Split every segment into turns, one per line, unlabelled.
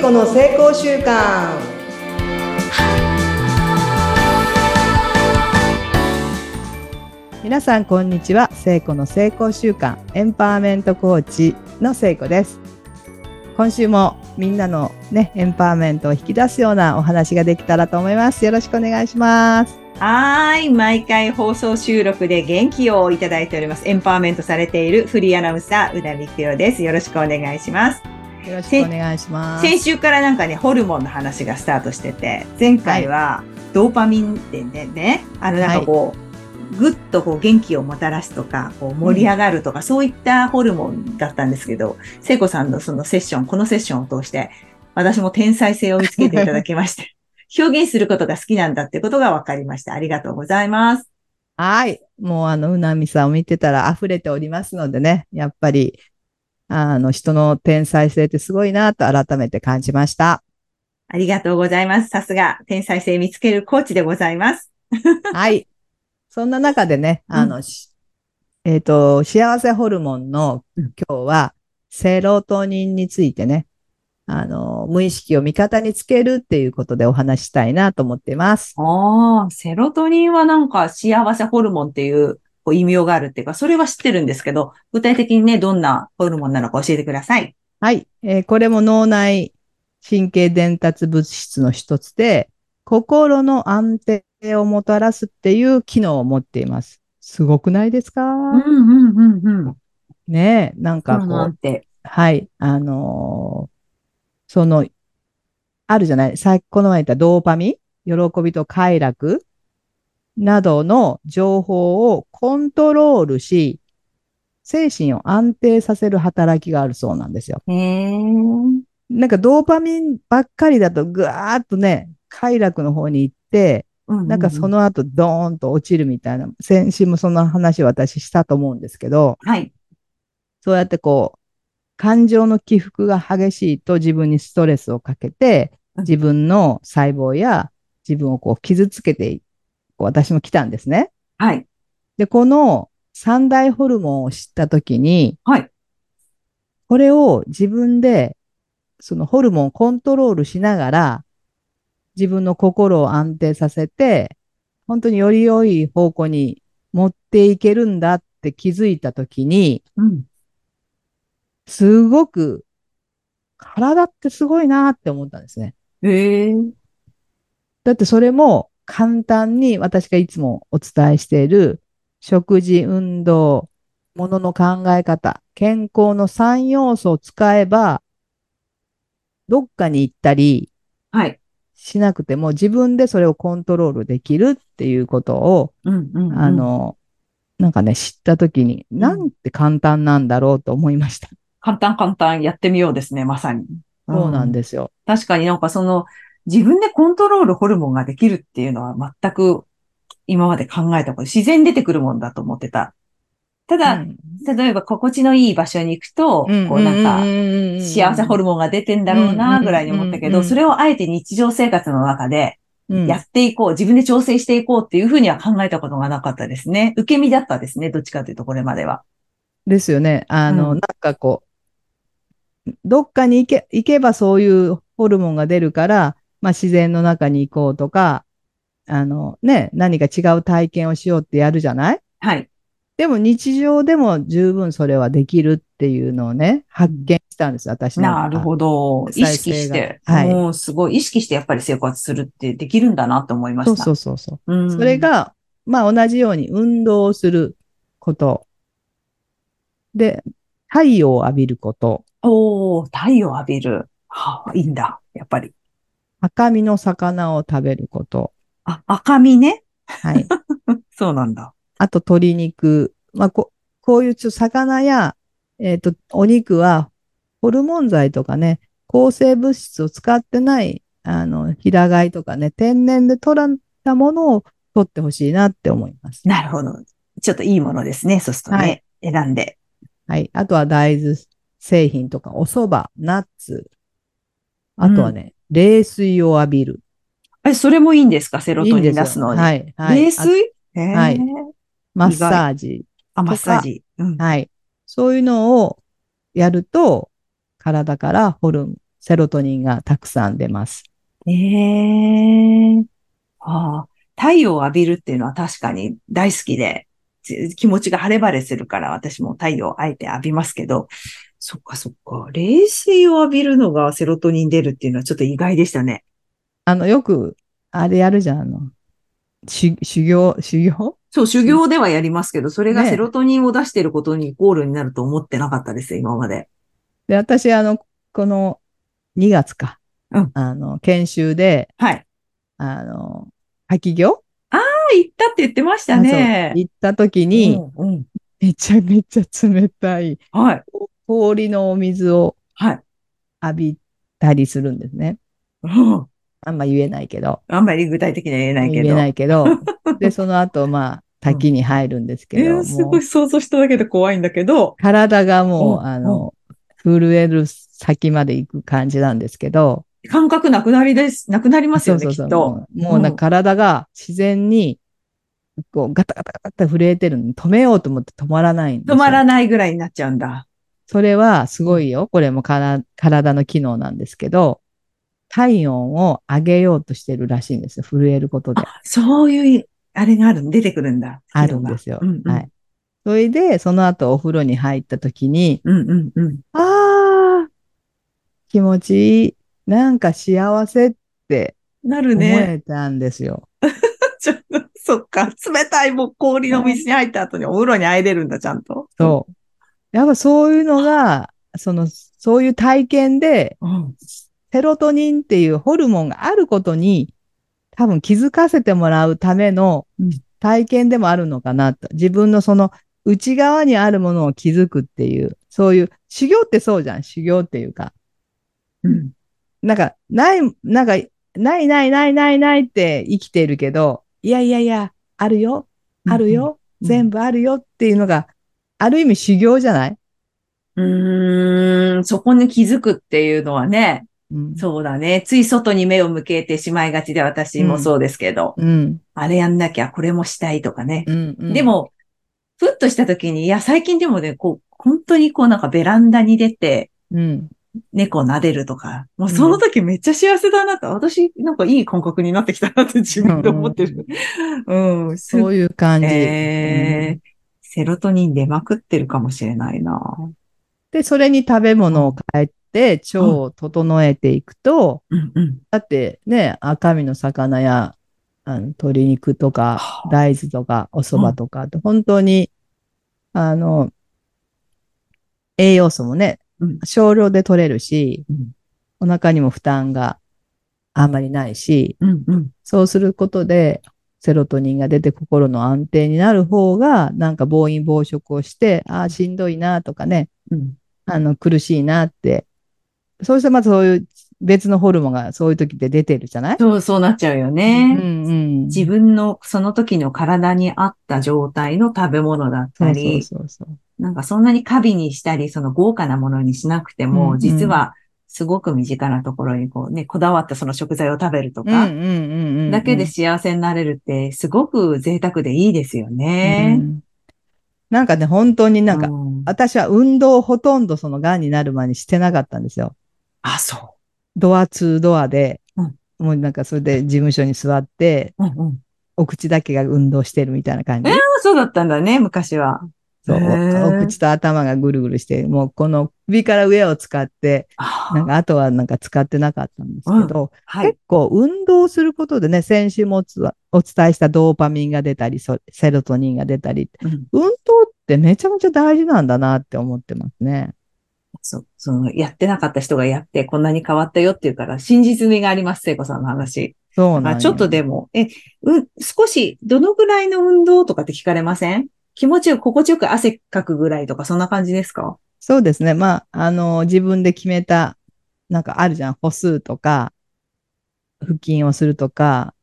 子の成功習慣皆さんこんにちは聖子の成功習慣エンパワーメントコーチの聖子です今週もみんなのねエンパワーメントを引き出すようなお話ができたらと思いますよろしくお願いします
はーい。毎回放送収録で元気をいただいております。エンパワーメントされているフリーアナウンサー、宇田美希代です。よろしくお願いします。
よろしくお願いします
先週からなんかね、ホルモンの話がスタートしてて、前回はドーパミンってね、ねあのなんかこう、ぐっとこう元気をもたらすとか、こう盛り上がるとか、そういったホルモンだったんですけど、聖子さんのそのセッション、このセッションを通して、私も天才性を見つけていただきま して、表現することが好きなんだってことが分かりました。ありがとうございます。
はい。もうあの、うなみさんを見てたら溢れておりますのでね、やっぱり、あの、人の天才性ってすごいなと改めて感じました。
ありがとうございます。さすが、天才性見つけるコーチでございます。
はい。そんな中でね、あの、しえっ、と、幸せホルモンの
うん
今日は、セロトニンについてね、あの、無意識を味方につけるっていうことでお話ししたいなと思っています。
ああ、セロトニンはなんか幸せホルモンっていうこう異名があるっていうか、それは知ってるんですけど、具体的にね、どんなホルモンなのか教えてください。
はい。えーこれも脳内神経伝達物質の一つで、心の安定をもたらすっていう機能を持っています。すごくないですか、
うんうんうんうん。
ねえ、なんかこう、
なんて。
はい、あのーその、あるじゃない、さっきこの前言ったドーパミン、喜びと快楽などの情報をコントロールし、精神を安定させる働きがあるそうなんですよ。
へえ。
なんかドーパミンばっかりだとぐわーっとね、快楽の方に行って、
な
なんかそ、の後ドーンと落ちるみたいな、先週もその話を私したと思うんですけど、
はい。
そうやってこう、感情の起伏が激しいと自分にストレスをかけて、
うん
自分の細胞や自分をこう傷つけて、こう私も来たんですね。
はい。
で、この三大ホルモンを知ったときに、
はい
これを自分で、そのホルモンをコントロールしながら、自分の心を安定させて、本当により良い方向に持っていけるんだって気づいたときに、
うん。
すごく、体ってすごいなって思ったんですね。
へえ。
だってそれも簡単に私がいつもお伝えしている食事、運動、ものの考え方、健康の3要素を使えば、どっかに行ったり
はい。
しなくても自分でそれをコントロールできるっていうことを、
うんうん、うん。
あ、の、なんかね、知ったときに、なんて簡単なんだろうと思いました。
簡単簡単やってみようですね、まさに。
そうなん
す。
ですよ。
確かになんかその、自分でコントロールホルモンができるっていうのは全く今まで考えたこと、自然に出てくるもんだと思ってた。ただ、
うん
例えば心地のいい場所に行くと、こうなんか、幸せホルモンが出てんだろう
うんうんうん
な、
うん
ぐらいに思ったけ
うんう
ど、
ん
それをあえて日常生活の中で
モン
やっていこう、自分で調整していこうっていうふうには考えたことがなかったですね。受け身だったですね、どっちかというとこれまでは。
ですよね。あの、
う
な
ん
んかこう、どっかに行け、行けばそういうホルモンが出るから、まあ自然の中に行こうとか、あのね、何か違う体験をしようってやるじゃない
はい。
でも日常でも十分それはできるっていうのをね、発見したんです、私の
なるほど。意
再
識
生
し
が
て、
はい
もうすごい意識してやっぱり生活するってできるんだなって思いま
そう
した。
そうそうそう。
うん
それ、が、まあ同じように運動をすること。で、太陽を浴びること。
おー、太陽浴びる。はあ、いいんだ、やっぱり。
赤身の魚を食べること。
あ、赤身ね。
はい。
そうなんだ。
あと鶏肉。まあ、ここういうちょ魚や、えっとお肉はホルモン剤とかね、抗生物質を使ってないあの平飼いとかね、天然で取らたものを取ってほしいなって思います。
なるほど。ちょっといいものですね。そうするとね、
はい
選んで。
はい。あとは大豆製品とかお蕎麦、ナッツ。あとはね、冷水を浴びる。
え、それもいいんですかセロ
いい
ト
ん
ニ
で
ン
す
出
よ
すのに。
はい。はい。
冷
あ
水えー
はいマッサージ。
あ、マッサージ。うん。
はい。そういうのをやると、体からホルセロトニンがたくさん出ます。
ええああ、太陽を浴びるっていうのは確かに大好きで、つ気持ちが晴れ晴れするから私も太陽をあえて浴びますけど、そっかそっか。冷水を浴びるのがセロトニン出るっていうのはちょっと意外でしたね。
あの、よく、あれやるじゃん、あの、し修行、修行
そう、修行ではやりますけど、それが
ね
セロトニンを出してることにイコールになると思ってなかったです、今まで。
で、私、あの、この2月か、
うん
あの、研修で、
はい。
あの、滝行
あ、行ったって言ってましたね
あそう。行った時に、
うんうん
めちゃめちゃ冷たい
はい。
氷のお水を
はい。
浴びたりするんですね。
うん
あんま言えないけど。
あんまり具体的には言えないけ
言
ど。
えないけど。で、その後、まあ、滝に入るんですけ
え
ど、
ー、す
もう
ごい想像しただけで怖いんだけど。
体がもう、
うん
あの、震える先まで行く感じなんですけど。
感覚なくなりです、なくなりますよね、
そうそうそう
きっと。
もうもうな
うん
んか体が自然に、こう、ガタガタガタって震えてるのに止めようと思って止まらないんですよ
止まらないぐらいになっちゃうんだ。
それはすごいよ。これもから体の機能なんですけど、体温を上げようとしてるらしいんですよ。震えることで。
そういう、あれがある、出てくるんだ。
あるんですよ。
うんうん
はい。それで、その後お風呂に入った時に、
うんうんうん。
ああ、気持ちいい。なんか幸せって
なる
思
ね。
えたんですよ。
ちょっと、そっか。冷たいもう氷の水に入った後にお風呂に入れるんだ、ちゃんと。
そう。やっぱそういうのが、その、そういう体験で、
う。うん。
セロトニンっていうホルモンがあることに、多分気づかせてもらうための
うん
体験でもあるのかなと。自分のその内側にあるものを気づくっていう、そういう、修行ってそうじゃん。修行っていうか。
うん。
なんか、ない、なんか、ないないないないないって生きているけど、いやいやいや、あるよ、あるよ、
うん
全部あるよっていうのが、ある意味修行じゃない、
うーん、そこに気づくっていうのはね、
うん、
そうだね。つい外に目を向けてしまいがちで、私もそうですけど、
うん。
あれやんなきゃ、これもしたいとかね。
うん。うん
で、も、ふっとした時に、いや、最近でもね、こう、本当にこうなんかベランダに出て、
うん。
猫撫でるとか、もうその時めっちゃ幸せだなと、私なんかいい感覚になってきたなって自分で思ってる。うん、す
そういう感じ。
えーセロトニン出まくってるかもしれないな。
で、それに食べ物を変えて、腸を整えていくと、
うんうん。
だってね、赤身の魚や、あの鶏肉とか
はあ、
大豆とか、お蕎麦とかって、本当に、あの、栄養素もね
うん、
少量で取れるし
うん、
お腹にも負担があんまりないし、
うんうん。
そうすることで、セロトニンが出て心の安定になる方が、なんか暴飲暴食をして、ああ、しんどいなとかね、
うん
あの、苦しいなって。そうしてまずそういう別のホルモンがそういう時って出てるじゃない
そう、そうなっちゃうよ
うん
ね。
うん。
自分のその時の体に合った状態の食べ物だったり、
そうそうそう
なんかそんなに過敏にしたり、その豪華なものにしなくても、
うんうん
実はすごく身近なところにこうね、こだわったその食材を食べると
そう。
か、
んうんうんうん
だけで幸せになれるって、すごく贅沢でいいですよ
う
ね。
んなんかね、本当になんか、
う
私は運動をほとんどその癌になる前にしてなかったんですよ。
あ、そ
ドアツードアで、
うん
もうなんかそれで事務所に座って、
う。うんうん。
お口だけが運動してるみたいな感じ。
えそうだったんだね、昔は。
そう
へー
お口と頭がぐるぐるして、もうこの首から上を使って、なん
あ
かあとはなんか使ってなかったんですけど、
はい
結。構運動することでね、先週もおつお伝えしたドーパミンが出たり、そセロトニンが出たり、
うん
運動ってめちゃめちゃ大事なんだなって思ってますね。
そう、その、やってなかった人がやって、こんなに変わったよっていうから、真実味があります、聖子さんの話。
そうなん
まあ
や
ちょっとでも、え、うん、少し、どのぐらいの運動とかって聞かれません気持ちよく、心地よく汗かくぐらいとか、そんな感じですか
そうですね。まあ、あの、自分で決めた、なんかあるじゃん。歩数とか、腹筋をするとか、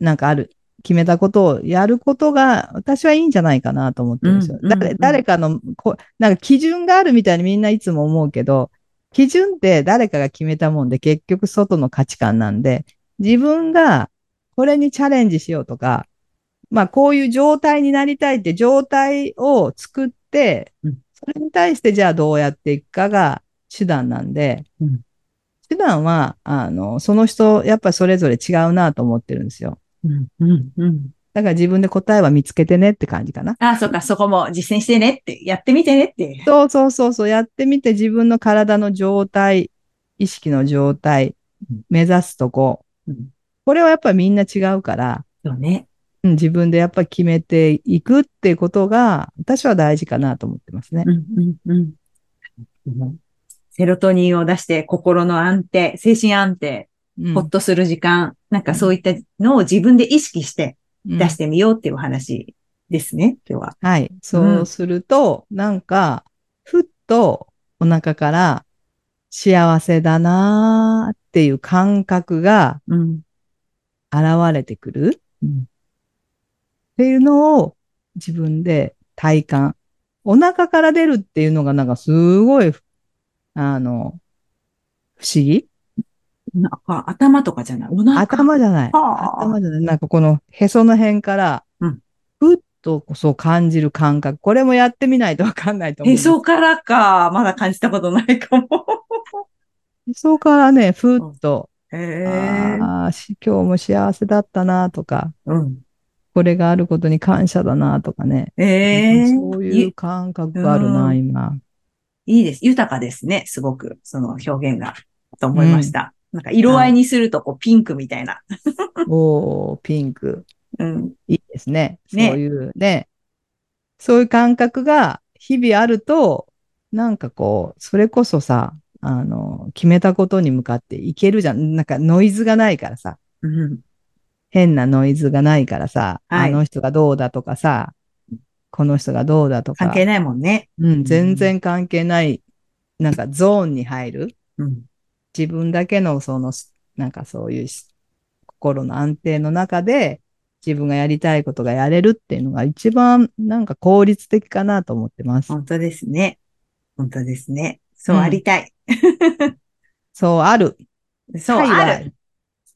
なんかある、決めたことをやることが、私はいいんじゃないかなと思ってるんですよ。
うんうんう
誰
ん
誰かのこ、なんか基準があるみたいにみんないつも思うけど、基準って誰かが決めたもんで、結局外の価値観なんで、自分がこれにチャレンジしようとか、まあ、こういう状態になりたいって状態を作って
うん、
それに対してじゃあどうやっていくかが手段なんで、
うん
手段は、あの、その人、やっぱそれぞれ違うなと思ってるんですよ。
うん、うん、うん。
だから自分で答えは見つけてねって感じかな。
あ、そうか、そこも実践してねって、やってみてねって。
そうそうそうそう、やってみて自分の体の状態、意識の状態
うん、
目指すとこ
うん。
これはやっぱりみんな違うから、
そうね。
うん、自分でやっぱり決めていくっていうことが、私は大事かなと思ってますね
う。ん、うん、うん。セロトニンを出して心の安定、精神安定、
うん
ほっとする時間、なんかそういったのを自分で意識して
うん
出してみようっていうお話ですね、今日は。
はい。
う
そ
ん
うすると、なんか、ふっとお腹から幸せだなーっていう感覚が
うん。
現れてくる
うん
っていうのを自分で体感。お腹から出るっていうのがなんかすごい、あの、不思議
なんか頭とかじゃない。お腹。
頭じゃない。
はあ
頭じゃない。なんかこのへその辺から
うん、
ふっとこうそう感じる感覚。これもやってみないとわかんないと思う。
へそからか、まだ感じたことないかも。
へそからね、ふっと、
へ
あ
え。
あーし今日も幸せだったなとか、
うん。
これがあることに感謝だなとかね。
ええ。
そういう感覚がある
う
な、
ん
今。
いいです。豊かですね。すごく、その表現が、と思いました。なんか色合いにすると、こう、ピンクみたいな。
おー、ピンク。
うん。
いいですね。
ね
そういうね。そういう感覚が日々あると、なんかこう、それこそさ、あの、決めたことに向かっていけるじゃん。なんかノイズがないからさ。
うん。
変なノイズがないからさ、
はい
あの人がどうだとかさ、この人がどうだとか、
関係ないもんね。
うん、全然関係ない、なんかゾーンに入る。
うん。
自分だけのその、なんかそういうし心の安定の中で、自分がやりたいことがやれるっていうのが一番なんか効率的かなと思ってます。
本当ですね。本当ですね。そう
うん
ありたい。
そうある。
そうある。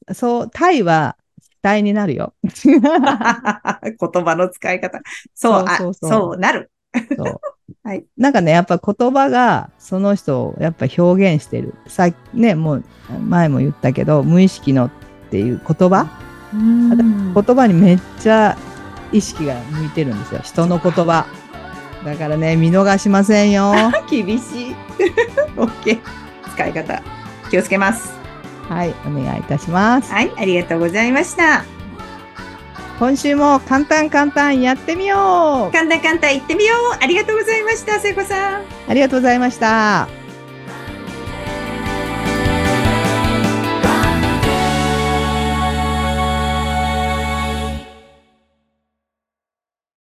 る。そう、タイは期待になるよ。
言葉の使い方。そう、あ
そうそうそう
そうなる。
そう。
はい
なんかね、やっぱ言葉がその人をやっぱ表現してる。さっきね、もう前も言ったけど、無意識のっていう言葉、
うん
言葉にめっちゃ意識が向いてるんですよ。人の言葉。だからね、見逃しません よ。は
厳しい。OK。使い方。気をつけます。
い、お願いいたします。
はい、ありがとうございました。
今週も簡単簡単やってみよう
簡単簡単行ってみよう。ありがとうございました、聖子さん。
ありがとうございました。